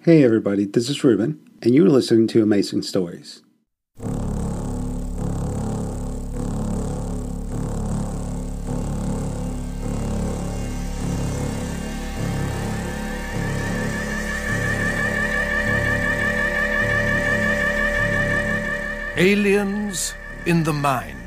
Hey, everybody, this is Ruben, and you're listening to Amazing Stories. Aliens in the Mind.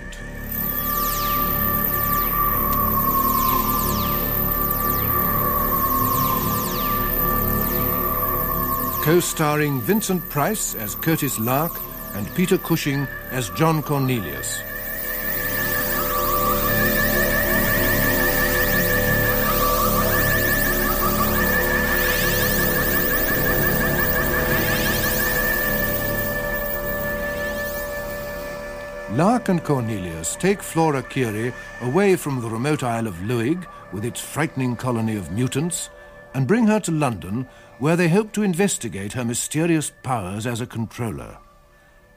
Co starring Vincent Price as Curtis Lark and Peter Cushing as John Cornelius. Lark and Cornelius take Flora Curie away from the remote Isle of Luig with its frightening colony of mutants and bring her to London where they hope to investigate her mysterious powers as a controller.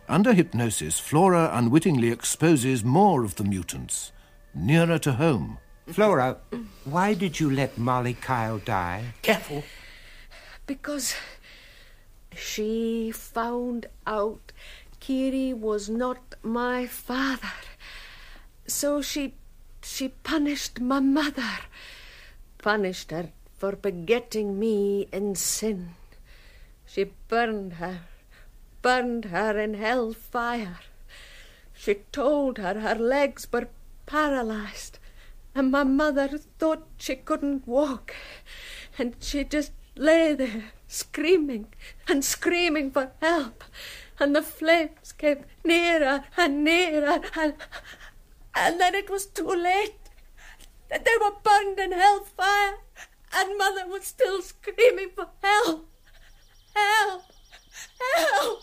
Under hypnosis, Flora unwittingly exposes more of the mutants, nearer to home. Flora, why did you let Molly Kyle die? Careful. Because she found out Kiri was not my father. So she she punished my mother. Punished her for begetting me in sin. She burned her, burned her in hell fire. She told her her legs were paralyzed, and my mother thought she couldn't walk, and she just lay there screaming and screaming for help, and the flames came nearer and nearer, and, and then it was too late. They were burned in hell fire and mother was still screaming for help. Help! Help!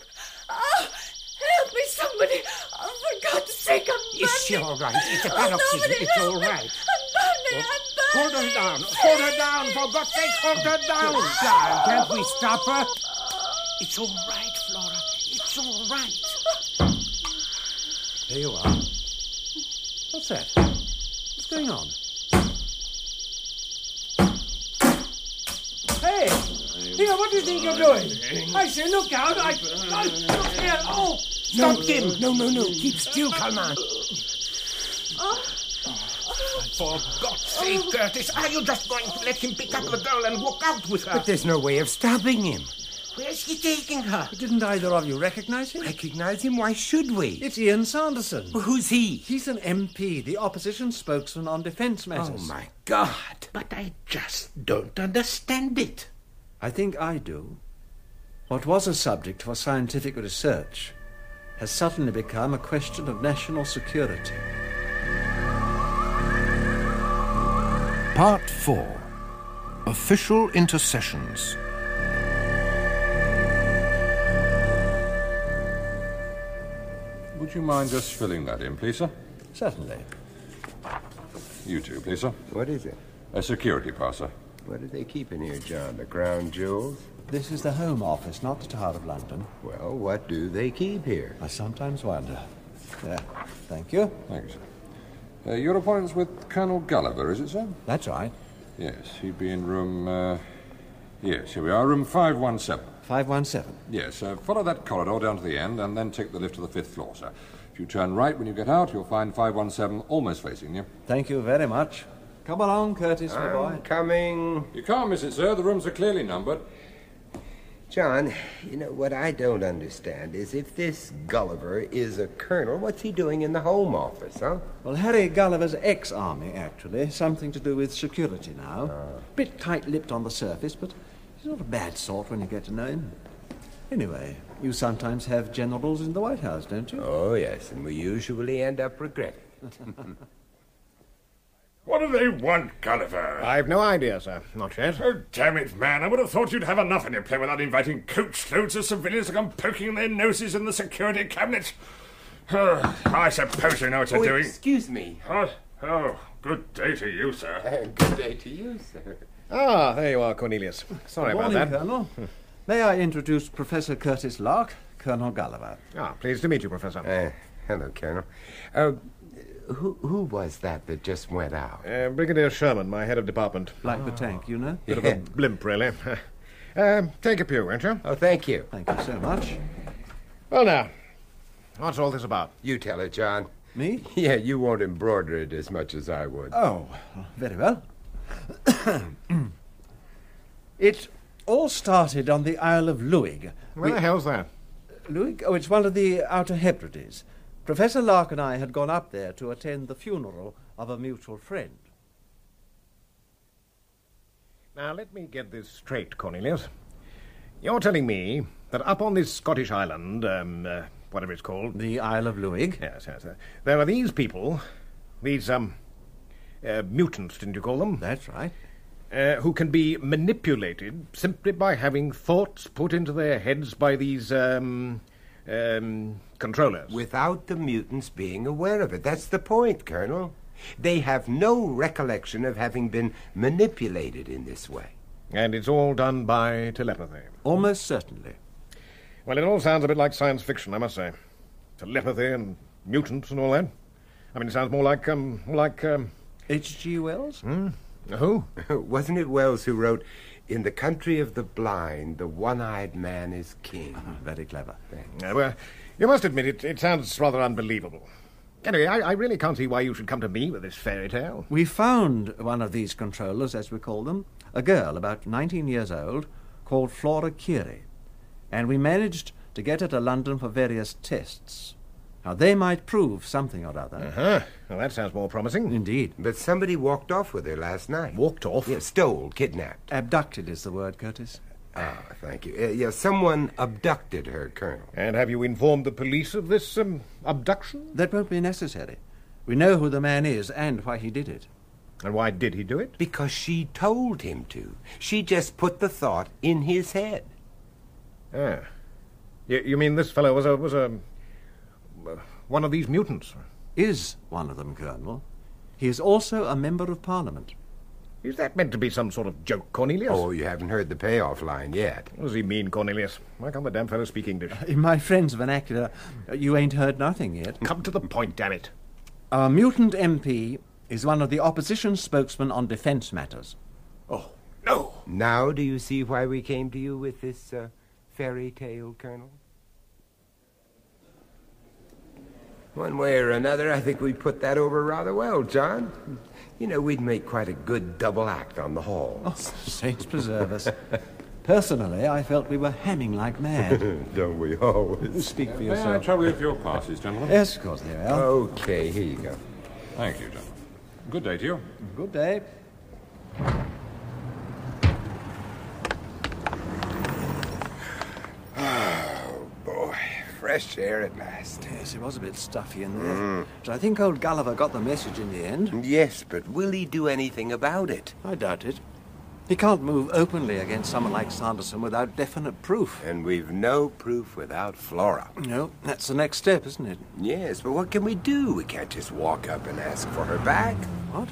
Oh, help me, somebody! Oh, for God's sake, I'm burning! Is she all right? It's a biopsy. Oh, nobody It's help all me. right. I'm burning! I'm Hold burning! her down! Hold her down! For God's sake, hold her down! God, can't we stop her? It's all right, Flora. It's all right. There you are. What's that? What's going on? Hey! Here, what do you think you're doing? I say, look out! I. I look here! Oh! Stop him! No, no, no! Keep still, Kalman! For God's sake, Oh. Curtis, are you just going to let him pick up the girl and walk out with her? But there's no way of stopping him. Where's he taking her? Didn't either of you recognize him? Recognize him? Why should we? It's Ian Sanderson. Who's he? He's an MP, the opposition spokesman on defense matters. Oh, my God! But I just don't understand it. I think I do. What was a subject for scientific research has suddenly become a question of national security. Part 4 Official Intercessions. Would you mind just filling that in, please, sir? Certainly. You too, please, sir. What is it? A security pass, sir. What do they keep in here, John? The crown jewels? This is the Home Office, not the Tower of London. Well, what do they keep here? I sometimes wonder. There. Thank you. Thank you, sir. Uh, your appointment's with Colonel Gulliver, is it, sir? That's right. Yes, he'd be in room. Uh... Yes, here we are, room 517. 517. Yes, uh, follow that corridor down to the end and then take the lift to the fifth floor, sir. If you turn right when you get out, you'll find 517 almost facing you. Thank you very much. Come along, Curtis, my boy. I'm coming. You can't miss it, sir. The rooms are clearly numbered. John, you know what I don't understand is if this Gulliver is a colonel, what's he doing in the Home Office, huh? Well, Harry Gulliver's ex army, actually. Something to do with security now. Ah. Bit tight lipped on the surface, but he's not a bad sort when you get to know him. Anyway, you sometimes have generals in the White House, don't you? Oh, yes, and we usually end up regretting. What do they want, Gulliver? I've no idea, sir. Not yet. Oh, damn it, man. I would have thought you'd have enough in your play without inviting coachloads of civilians to come poking their noses in the security cabinet. Ugh, I suppose you know what you're Oh, doing. excuse me. Huh? Oh, good day to you, sir. Good day to you, sir. Ah, there you are, Cornelius. Sorry about Morning, that. Hmm. Colonel. May I introduce Professor Curtis Lark, Colonel Gulliver? Ah, pleased to meet you, Professor. Uh, hello, Colonel. Uh, who, who was that that just went out? Eh, Uh, Brigadier Sherman, my head of department. Like the tank, you know? Bit of a blimp, really. Um, take a pew, won't you? Oh, thank you. Thank you so much. Well, now, what's all this about? You tell it, John. Me? Yeah, you won't embroider it as much as I would. Oh, very well. it all started on the Isle of Lewig. Where the hell's that? Lewig? Oh, it's one of the Outer Hebrides. Professor Lark and I had gone up there to attend the funeral of a mutual friend. Now, let me get this straight, Cornelius. You're telling me that up on this Scottish island, um, uh, whatever it's called. The Isle of Lewig? Yes, yes. uh, there are these people, these, um, uh, mutants, didn't you call them? That's right. Uh, who can be manipulated simply by having thoughts put into their heads by these, um, um, controllers. Without the mutants being aware of it. That's the point, Colonel. They have no recollection of having been manipulated in this way. And it's all done by telepathy. Almost certainly. Well, it all sounds a bit like science fiction, I must say. Telepathy and mutants and all that. I mean, it sounds more like, um, more like, um, H.G. Wells? Hmm? who? Wasn't it Wells who wrote, In the country of the blind, the one eyed man is king? Very clever. Uh, well, you must admit it, it sounds rather unbelievable. Anyway, I, I really can't see why you should come to me with this fairy tale. We found one of these controllers, as we call them, a girl about 19 years old called Flora Curie, and we managed to get her to London for various tests. Now, they might prove something or other. Huh? Uh-huh. Well, that sounds more promising. Indeed. But somebody walked off with her last night. Walked off? Yeah, stole, kidnapped. Abducted is the word, Curtis. Ah, thank you. Uh, yeah, someone abducted her, Colonel. And have you informed the police of this um, abduction? That won't be necessary. We know who the man is and why he did it. And why did he do it? Because she told him to. She just put the thought in his head. Ah. You, you mean this fellow was a was a uh, one of these mutants? Is one of them, Colonel. He is also a member of Parliament. Is that meant to be some sort of joke, Cornelius? Oh, you haven't heard the payoff line yet. What does he mean, Cornelius? Why can't the damn fellow speak English? In my friend's vernacular, you ain't heard nothing yet. Come to the point, damn it. Our mutant MP is one of the opposition spokesmen on defence matters. Oh, no. Now do you see why we came to you with this uh, fairy tale, Colonel? One way or another, I think we put that over rather well, John. You know, we'd make quite a good double act on the hall. Saints Oh, preserve us. Personally, I felt we were hamming like mad. Don't we always? Speak for May I yourself. trouble you for your passes, gentlemen? Yes, of course they are. Okay, here you go. Thank you, gentlemen. Good day to you. Good day. Oh, Boy, fresh air at last. Mm. Yes, it was a bit stuffy in there. But I think old Gulliver got the message in the end. Yes, but will he do anything about it? I doubt it. He can't move openly against someone like Sanderson without definite proof. And we've no proof without Flora. No, that's the next step, isn't it? Yes, but what can we do? We can't just walk up and ask for her back. What?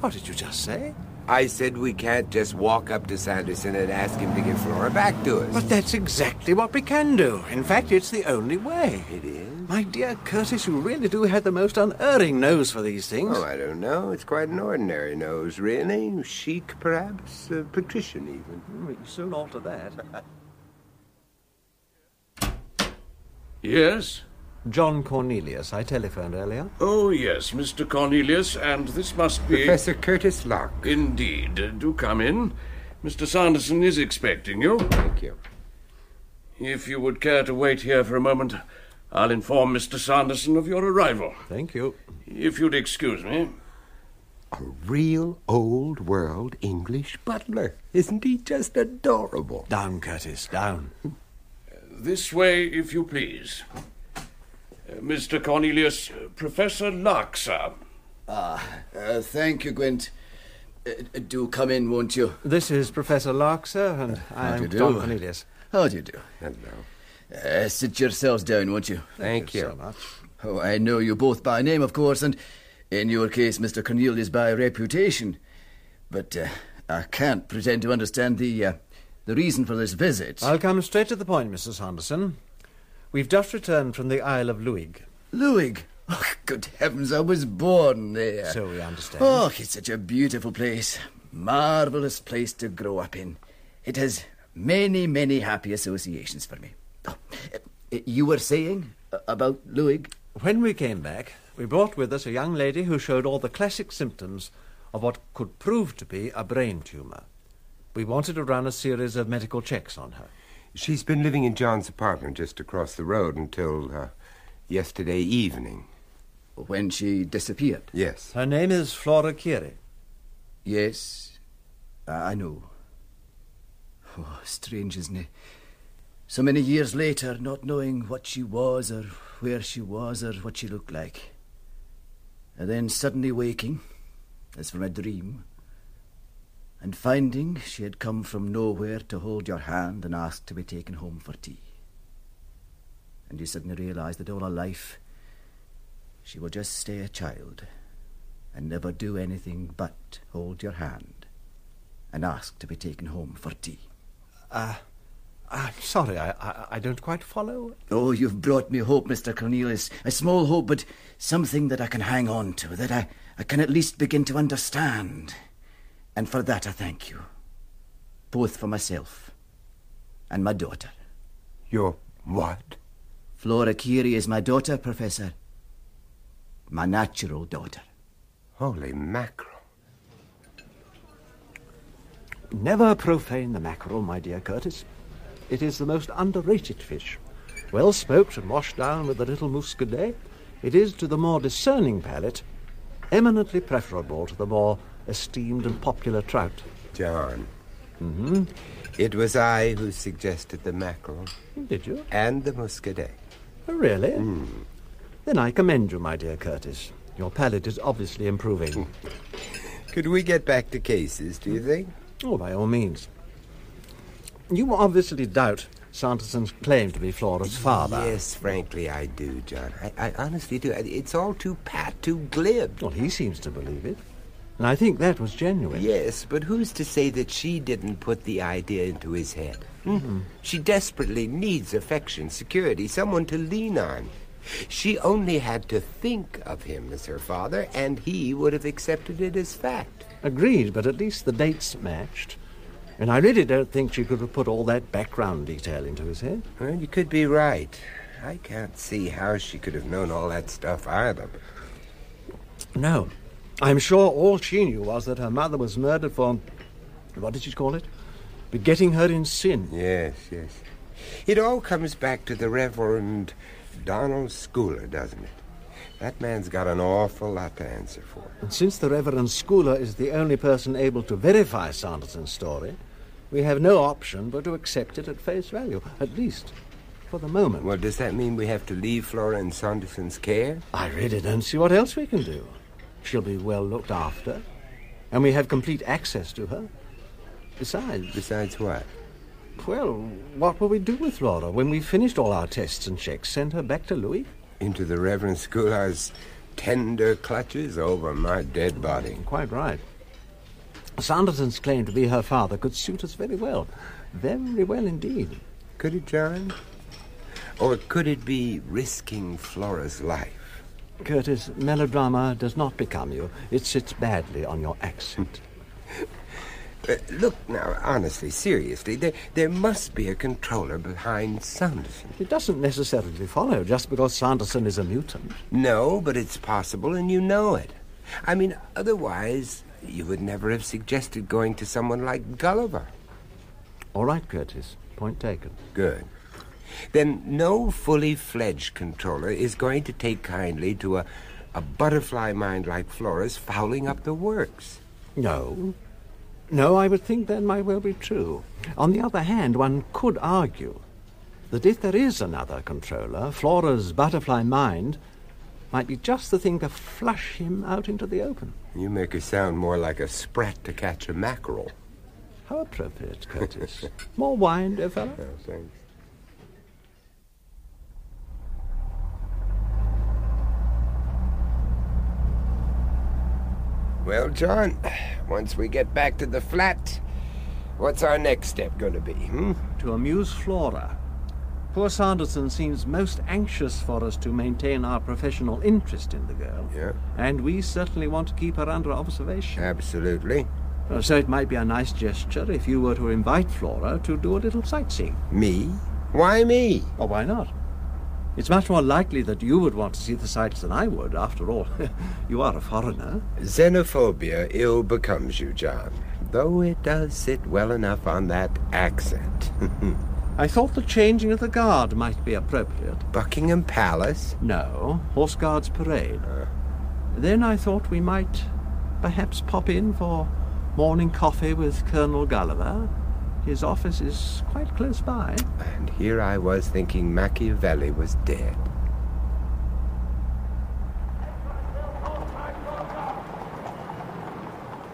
What did you just say? I said we can't just walk up to Sanderson and ask him to give Flora back to us. But that's exactly what we can do. In fact, it's the only way. it is? My dear Curtis, you really do have the most unerring nose for these things. Oh, I don't know. It's quite an ordinary nose, really. Chic, perhaps. Uh, patrician, even. We can soon alter that. Yes? John Cornelius, I telephoned earlier. Oh, yes, Mr. Cornelius, and this must be. Professor Curtis Lark. Indeed. Do come in. Mr. Sanderson is expecting you. Thank you. If you would care to wait here for a moment, I'll inform Mr. Sanderson of your arrival. Thank you. If you'd excuse me. A real old world English butler. Isn't he just adorable? Down, Curtis, down. This way, if you please. Uh, Mr. Cornelius, uh, Professor Lark, sir. Uh, thank you, Gwent. Uh, do come in, won't you? This is Professor Lark, sir, and Uh, I do you am do? John Cornelius. How do you do? Hello. Uh, sit yourselves down, won't you? Thank so you. much. Oh, I know you both by name, of course, and in your case, Mr. Cornelius, by reputation. But uh, I can't pretend to understand the uh, the reason for this visit. I'll come straight to the point, Mr. Sanderson. We've just returned from the Isle of Luig. Luig. Oh, good heavens, I was born there. So we understand. Oh, it's such a beautiful place. Marvellous place to grow up in. It has many, many happy associations for me. Oh, uh, you were saying uh, about Luig? When we came back, we brought with us a young lady who showed all the classic symptoms of what could prove to be a brain tumour. We wanted to run a series of medical checks on her. She's been living in John's apartment just across the road until uh, yesterday evening. When she disappeared? Yes. Her name is Flora Keary. Yes, I know. Oh, strange, isn't it? So many years later, not knowing what she was or where she was or what she looked like. And then suddenly waking, as from a dream, and finding she had come from nowhere to hold your hand and ask to be taken home for tea. And you suddenly realise that all her life she will just stay a child and never do anything but hold your hand and ask to be taken home for tea. Uh, I'm sorry, I, I, I don't quite follow. Oh, you've brought me hope, Mr. Cornelius. A small hope, but something that I can hang on to, that I, I can at least begin to understand. And for that I thank you. Both for myself and my daughter. Your what? Flora Curie is my daughter, Professor. My natural daughter. Holy mackerel. Never profane the mackerel, my dear Curtis. It is the most underrated fish. Well smoked and washed down with a little muscadet, it is to the more discerning palate eminently preferable to the more esteemed and popular trout. John. Mm-hmm. It was I who suggested the mackerel. Did you? And the muscadet. Mm. Oh, Really? Then I commend you, my dear Curtis. Your palate is obviously improving. Could we get back to cases, do you think? Oh, by all means. You obviously doubt Sanderson's claim to be Flora's father. Yes, frankly, I do, John. I, I honestly do. It's all too pat, too glib. Well, he seems to believe it. And I think that was genuine. Yes, but who's to say that she didn't put the idea into his head? Mm-hmm. Oh, She desperately needs affection, security, someone to lean on. She only had to think of him as her father, and he would have accepted it as fact. Agreed, but at least the dates matched. And I really don't think she could have put all that background detail into his head. Well, you could be right. I can't see how she could have known all that stuff either. No. I'm sure all she knew was that her mother was murdered for. What did she call it? Begetting her in sin. Yes, yes. It all comes back to the Reverend Donald Schooler, doesn't it? That man's got an awful lot to answer for. And since the Reverend Schooler is the only person able to verify Sanderson's story, we have no option but to accept it at face value, at least for the moment. Well, does that mean we have to leave Flora in Sanderson's care? I really don't see what else we can do. She'll be well looked after, and we have complete access to her. Besides, Besides what? well, what will we do with Laura when we've finished all our tests and checks? Send her back to Louis? Into the Reverend Schooler's tender clutches over my dead body. Quite right. Sanderson's claim to be her father could suit us very well. Very well indeed. Could it, John? Or could it be risking Flora's life? Curtis, melodrama does not become you. It sits badly on your accent. Uh, look now, honestly, seriously, there, there must be a controller behind Sanderson. It doesn't necessarily follow just because Sanderson is a mutant. No, but it's possible, and you know it. I mean, otherwise, you would never have suggested going to someone like Gulliver. All right, Hmm. Curtis. Point taken. Good. Then no fully fledged controller is going to take kindly to a, a butterfly mind like Flora's fouling up the works. No. No, I would think that might well be true. On the other hand, one could argue that if there is another controller, Flora's butterfly mind might be just the thing to flush him out into the open. You make her sound more like a sprat to catch a mackerel. How appropriate, Curtis. More wine, dear fellow? Oh, thanks. Well, John, once we get back to the flat, what's our next step going to be? Hmm? To amuse Flora. Poor Sanderson seems most anxious for us to maintain our professional interest in the girl. Yeah. And we certainly want to keep her under observation. Absolutely. Uh, So it might be a nice gesture if you were to invite Flora to do a little sightseeing. Me? Why me? Or why not? It's much more likely that you would want to see the sights than I would, after all. you are a foreigner. Xenophobia ill becomes you, John, though it does sit well enough on that accent. I thought the changing of the guard might be appropriate. Buckingham Palace? Uh. No, Horse Guards Parade. Then I thought we might perhaps pop in for morning coffee with Colonel Gulliver. His office is quite close by. And here I was thinking Machiavelli was dead.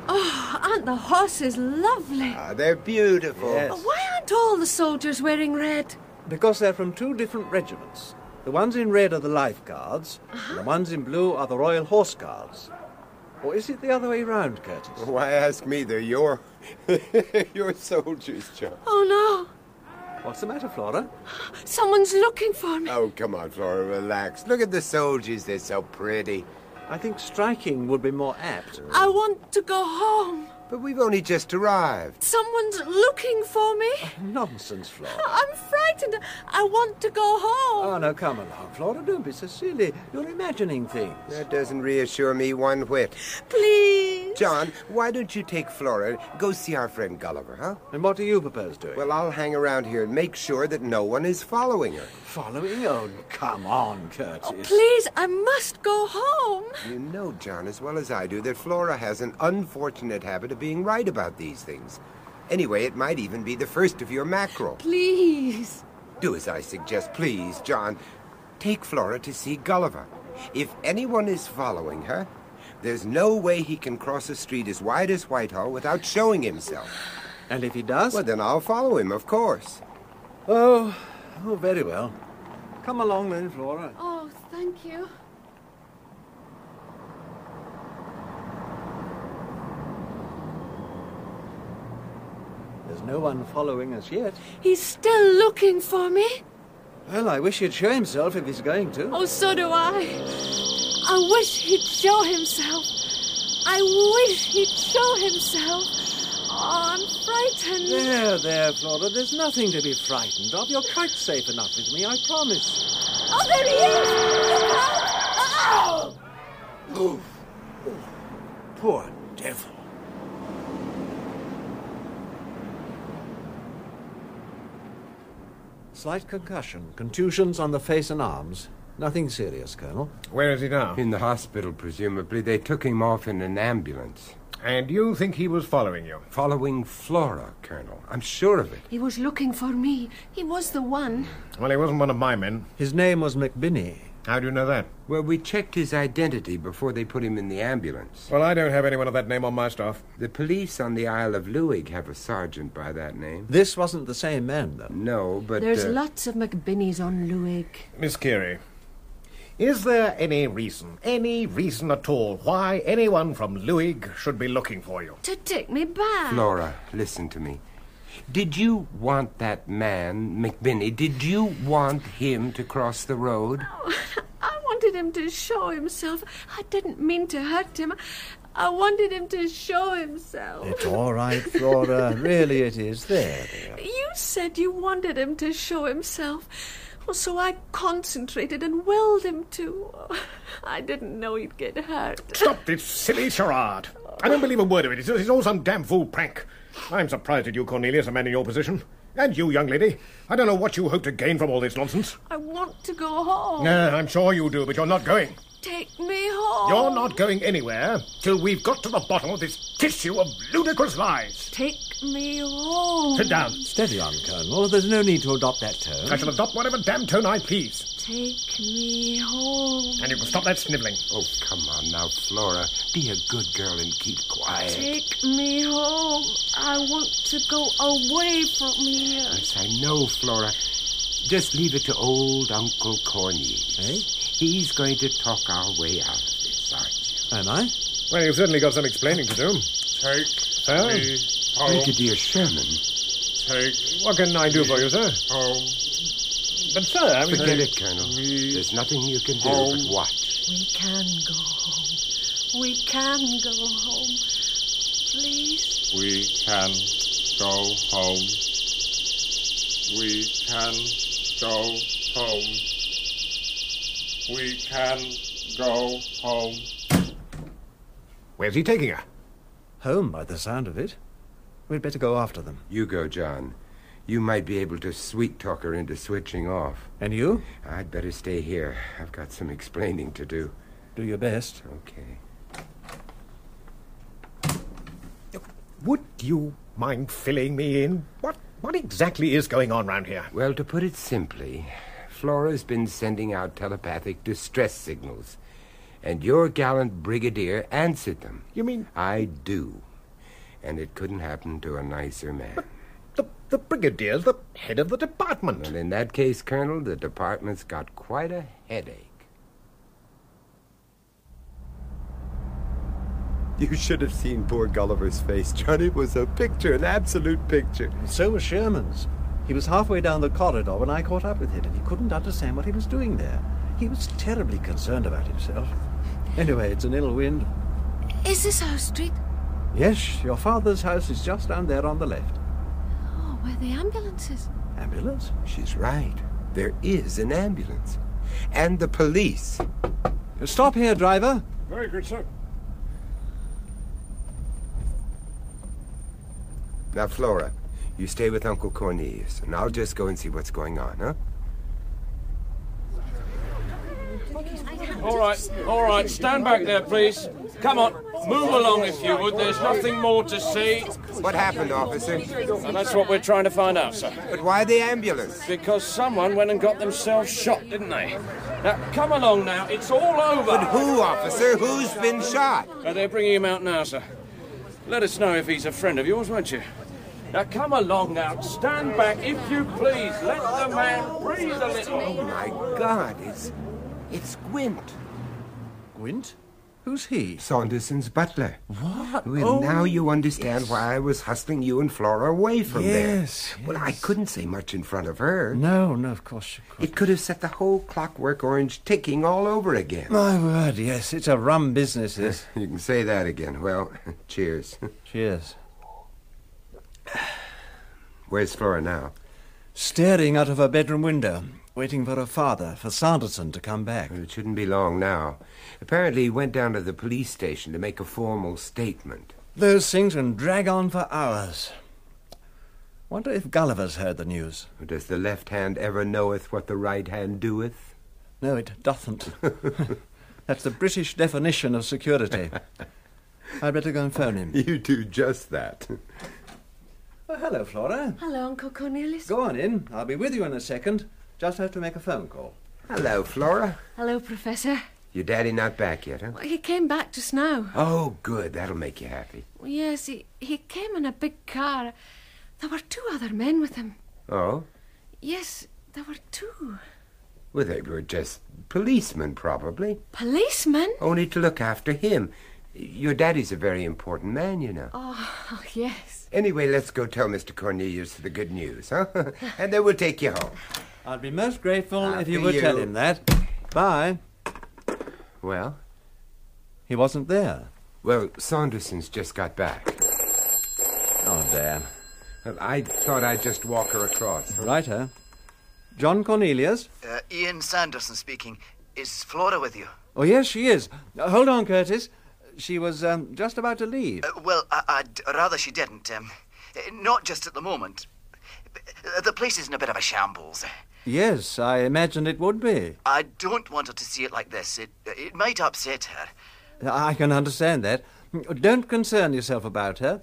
Oh, aren't the horses lovely? Ah, they're beautiful. But Why aren't all the soldiers wearing red? Because they're from two different regiments. The ones in red are the Life Guards, and the ones in blue are the Royal Horse Guards. Or is it the other way round, Curtis? Why ask me? They're your, your soldiers, John. Oh What's the matter, Flora? no, someone's looking for me. Oh, come on, Flora, relax. Look at the soldiers. They're so pretty. I think striking would be more apt. I want to go home. But we've only just arrived. Someone's looking for me. Nonsense, Oh, Flora. I'm frightened. I want to go Ah, home. Oh, no, come along, Flora. Don't be so silly. You're imagining things. That doesn't reassure me one whit. Please. John, why don't you take Flora and go see our friend Gulliver, huh? And what do you propose doing? Well, I'll hang around here and make sure that no one is following her. Following? Oh, come on, Curtis. Please, I must go home. You know, John, as well as I do, that Flora has an unfortunate habit of being right about these things. Anyway, it might even be the first of your mackerel. Please. Do as I suggest, please, John. Take Flora to see Gulliver. If anyone is following her, there's no way he can cross a street as wide as Whitehall without showing himself. And if he does? Well, then I'll follow him, of course. Oh, oh, very well. Come along then, Flora. Oh, thank you. There's no one following us yet. He's still looking for me. Well, I wish he'd show himself if he's going to. Oh, so do I. I wish he'd show himself. I wish he'd show himself. Oh, I'm frightened. There, there, Flora. There's nothing to be frightened of. You're quite safe enough with me, I promise. Oh, there he is! Look out! Ow! Oof. Poor devil. Slight concussion, contusions on the face and arms. Nothing serious, Colonel. Where is he now? In the hospital, presumably. They took him off in an ambulance. And you think he was following you? Following Flora, Colonel. I'm sure of it. He was looking for me. He was the one. Well, he wasn't one of my men. His name was McBinney. How do you know that? Well, we checked his identity before they put him in the ambulance. Well, I don't have anyone of that name on my staff. The police on the Isle of Leewig have a sergeant by that name. This wasn't the same man, though. No, but. There's uh, lots of McBinneys on Luig. Miss Carey, is there any reason, any reason at all, why anyone from Luig should be looking for you? To take me back. Flora, listen to me. Did you want that man, McBinney, did you want him to cross the road? I wanted him to show himself. I didn't mean to hurt him. I wanted him to show himself. It's all right, Flora. really, it is. There, dear. You said you wanted him to show himself. Well, so I concentrated and willed him to. I didn't know he'd get hurt. Stop this silly charade. I don't believe a word of it. It's, it's all some damn fool prank. I'm surprised at you, Cornelius, a man in your position. And you, young lady. I don't know what you hope to gain from all this nonsense. I want to go home. No, I'm sure you do, but you're not going. Take me home. You're not going anywhere till we've got to the bottom of this tissue of ludicrous lies. Take me home. Sit down. Steady on, Colonel. There's no need to adopt that tone. I shall adopt whatever damn tone I please. Take me home. And you can stop that snivelling. Oh, come on now, Flora. Be a good girl and keep quiet. Take me home. I want to go away from here. Yes, I know, Flora. Just leave it to old Uncle Cornelius. Eh? He's going to talk our way out of this, aren't Am I? Well, you've certainly got some explaining to do. Take Oh. me you? home. Thank you, dear Sherman. Take What can I do for you, sir? home. But, sir, I was... Forget it, Colonel. There's nothing you can do but Home. watch. We can go home. We can go home. Please, We can go home. We can go home. We can go home. Where's he taking her? Home, by the sound of it. We'd better go after them. You go, John. You might be able to sweet talk her into switching off. And you? I'd better stay here. I've got some explaining to do. Do your best. Okay. Would you mind filling me in? What what exactly is going on round here? Well, to put it simply, Flora's been sending out telepathic distress signals, and your gallant brigadier answered them. You mean I do. And it couldn't happen to a nicer man. the brigadier's the head of the department? Well, in that case, Colonel, the department's got quite a headache. You should have seen poor Gulliver's face, John. It was a picture, an absolute picture. So was Sherman's. He was halfway down the corridor when I caught up with him, and he couldn't understand what he was doing there. He was terribly concerned about himself. Anyway, it's an ill wind. Is this our street? Yes, your father's house is just down there on the left. Oh, where the ambulances. Ambulance? She's right. There is an ambulance. And the police. Stop here, driver. Very good, sir. Now, Flora, you stay with Uncle Cornelius, and I'll just go and see what's going on, huh? All right, all right, stand back there, please. Come on, move along if you would. There's nothing more to see. What happened, officer? And that's what we're trying to find out, sir. But why the ambulance? Because someone went and got themselves shot, didn't they? Now, come along now, it's all over. But who, officer? Who's been shot? they're bringing him out now, sir. Let us know if he's a friend of yours, won't you? Now, come along now, stand back if you please. Let the man breathe a little. Oh, my God, it's. It's Gwent. Gwent? Who's he? Saunderson's butler. What? Well, Oh, now you understand why I was hustling you and Flora away from there. Yes, Well, I couldn't say much in front of her. No, no, of course you It could have set the whole clockwork orange ticking all over again. My word, yes, it's a rum business, this. You can say that again. Well, cheers. Cheers. Where's Flora now? Staring out of her bedroom window, waiting for her father, for Sanderson to come back. It shouldn't be long now. Apparently, he went down to the police station to make a formal statement. Those things can drag on for hours. Wonder if Gulliver's heard the news. Does the left hand ever knoweth what the right hand doeth? No, it doesn't. That's the British definition of security. I'd better go and phone him. You do just that. Oh, hello, Flora. Hello, Uncle Cornelius. Go on in. I'll be with you in a second. Just have to make a phone call. Hello, Flora. Hello, Professor. Your daddy not back yet, huh? Well, he came back just now. Oh, good. That'll make you happy. Yes, he, he came in a big car. There were two other men with him. Oh? Yes, there were two. Well, they were just policemen, probably. Policemen? Only to look after him. Your daddy's a very important man, you know. Oh, yes. Anyway, let's go tell Mr. Cornelius the good news, huh? and then we'll take you home. I'd be most grateful if After you would you. tell him that. Bye. Well? He wasn't there. Well, Saunderson's just got back. Oh, damn. Well, I thought I'd just walk her across. Righto. John Cornelius? Uh, Ian Sanderson speaking. Is Flora with you? Oh, yes, she is. Uh, hold on, Curtis. She was um, just about to leave. Uh, well, I- would rather she didn't. Um, uh, not just at the moment. Uh, The place is in a bit of a shambles. Yes, I imagined it would be. I don't want her to see it like this. It it might upset her. I can understand that. Don't concern yourself about her.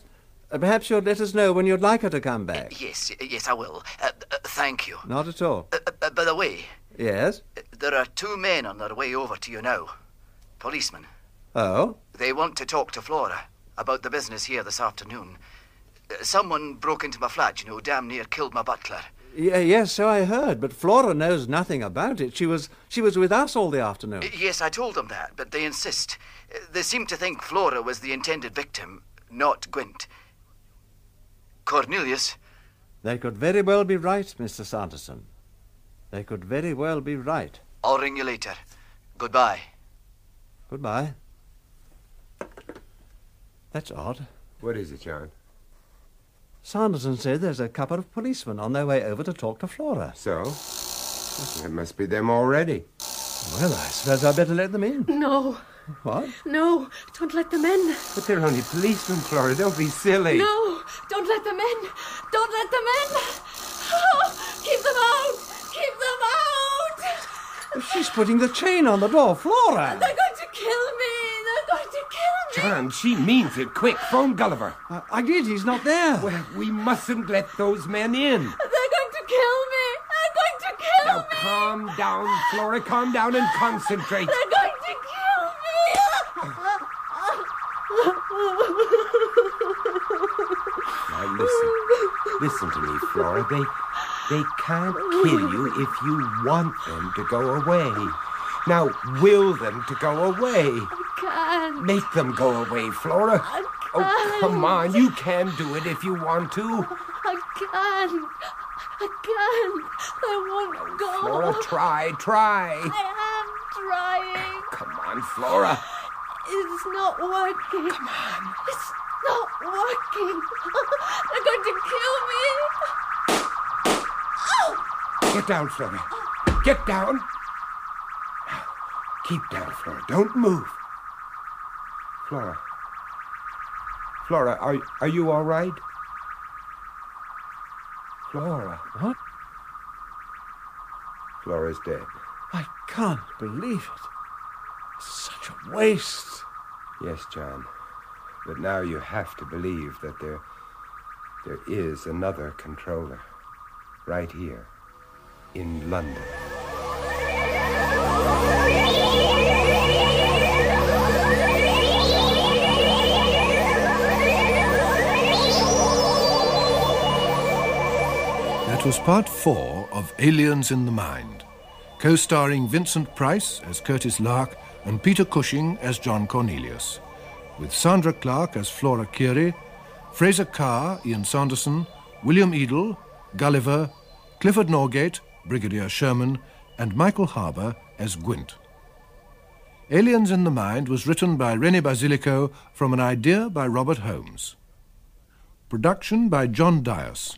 Uh, Perhaps you'll let us know when you'd like her to come back. Yes, yes, I will. Uh, uh, thank you. Not at all. Uh, by the way, Yes? there are two men on their way over to you now. Policemen. Oh? They want to talk to Flora about the business here this afternoon. Uh, Someone broke into my flat, you know, damn near killed my butler. Y- yes, so I heard, but Flora knows nothing about it. She was she was with us all the afternoon. Yes, I told them that, but they insist. Uh, They seem to think Flora was the intended victim, not Gwent. Cornelius, They could very well be right, Mr. Sanderson. They could very well be right. I'll ring you later. Goodbye. Goodbye. That's odd. What is it, John? Sanderson said there's a couple of policemen on their way over to talk to Flora. So? That must be them already. Well, I suppose I'd better let them in. No, What? no, don't let them in. But they're only policemen, Flora. Don't be silly. No, don't let them in. Don't let them in. Oh, keep them out. Keep them out. She's putting the chain on the door, Flora! They're going to kill me. They're going to kill me. John, she means it. Quick, phone Gulliver. I did. He's not there. Well, we mustn't let those men in. They're going to kill me. They're going to kill Now, calm down, Flora. Calm down and me. concentrate. They're going to kill me. Now, listen. Listen to me, Flora. They, they can't kill you if you want them to go away. Now, will them to go away. Can't. Make them go away, Flora. Oh, come on. You can do it if you want to. I can't. I can't. They won't go. Flora, try, try. I am trying. Come on, Flora. It's not working. Come on. It's not working. They're going to kill me. Get down, Flora. Get down. Now, Keep down, Flora. Don't move. Flora. Flora, are, are you all right? Flora. What? Flora's dead. I can't believe it. Such a waste. Yes, John. But now you have to believe that there. there is another controller. Right here. In London. Oh! That was part four of Aliens in the Mind, co starring Vincent Price as Curtis Lark and Peter Cushing as John Cornelius, with Sandra Clark as Flora Curie, Fraser Carr, Ian Sanderson, William Edel, Gulliver, Clifford Norgate, Brigadier Sherman, and Michael Harbour as Gwent. Aliens in the Mind was written by René Basilico from an idea by Robert Holmes. Production by John Dias.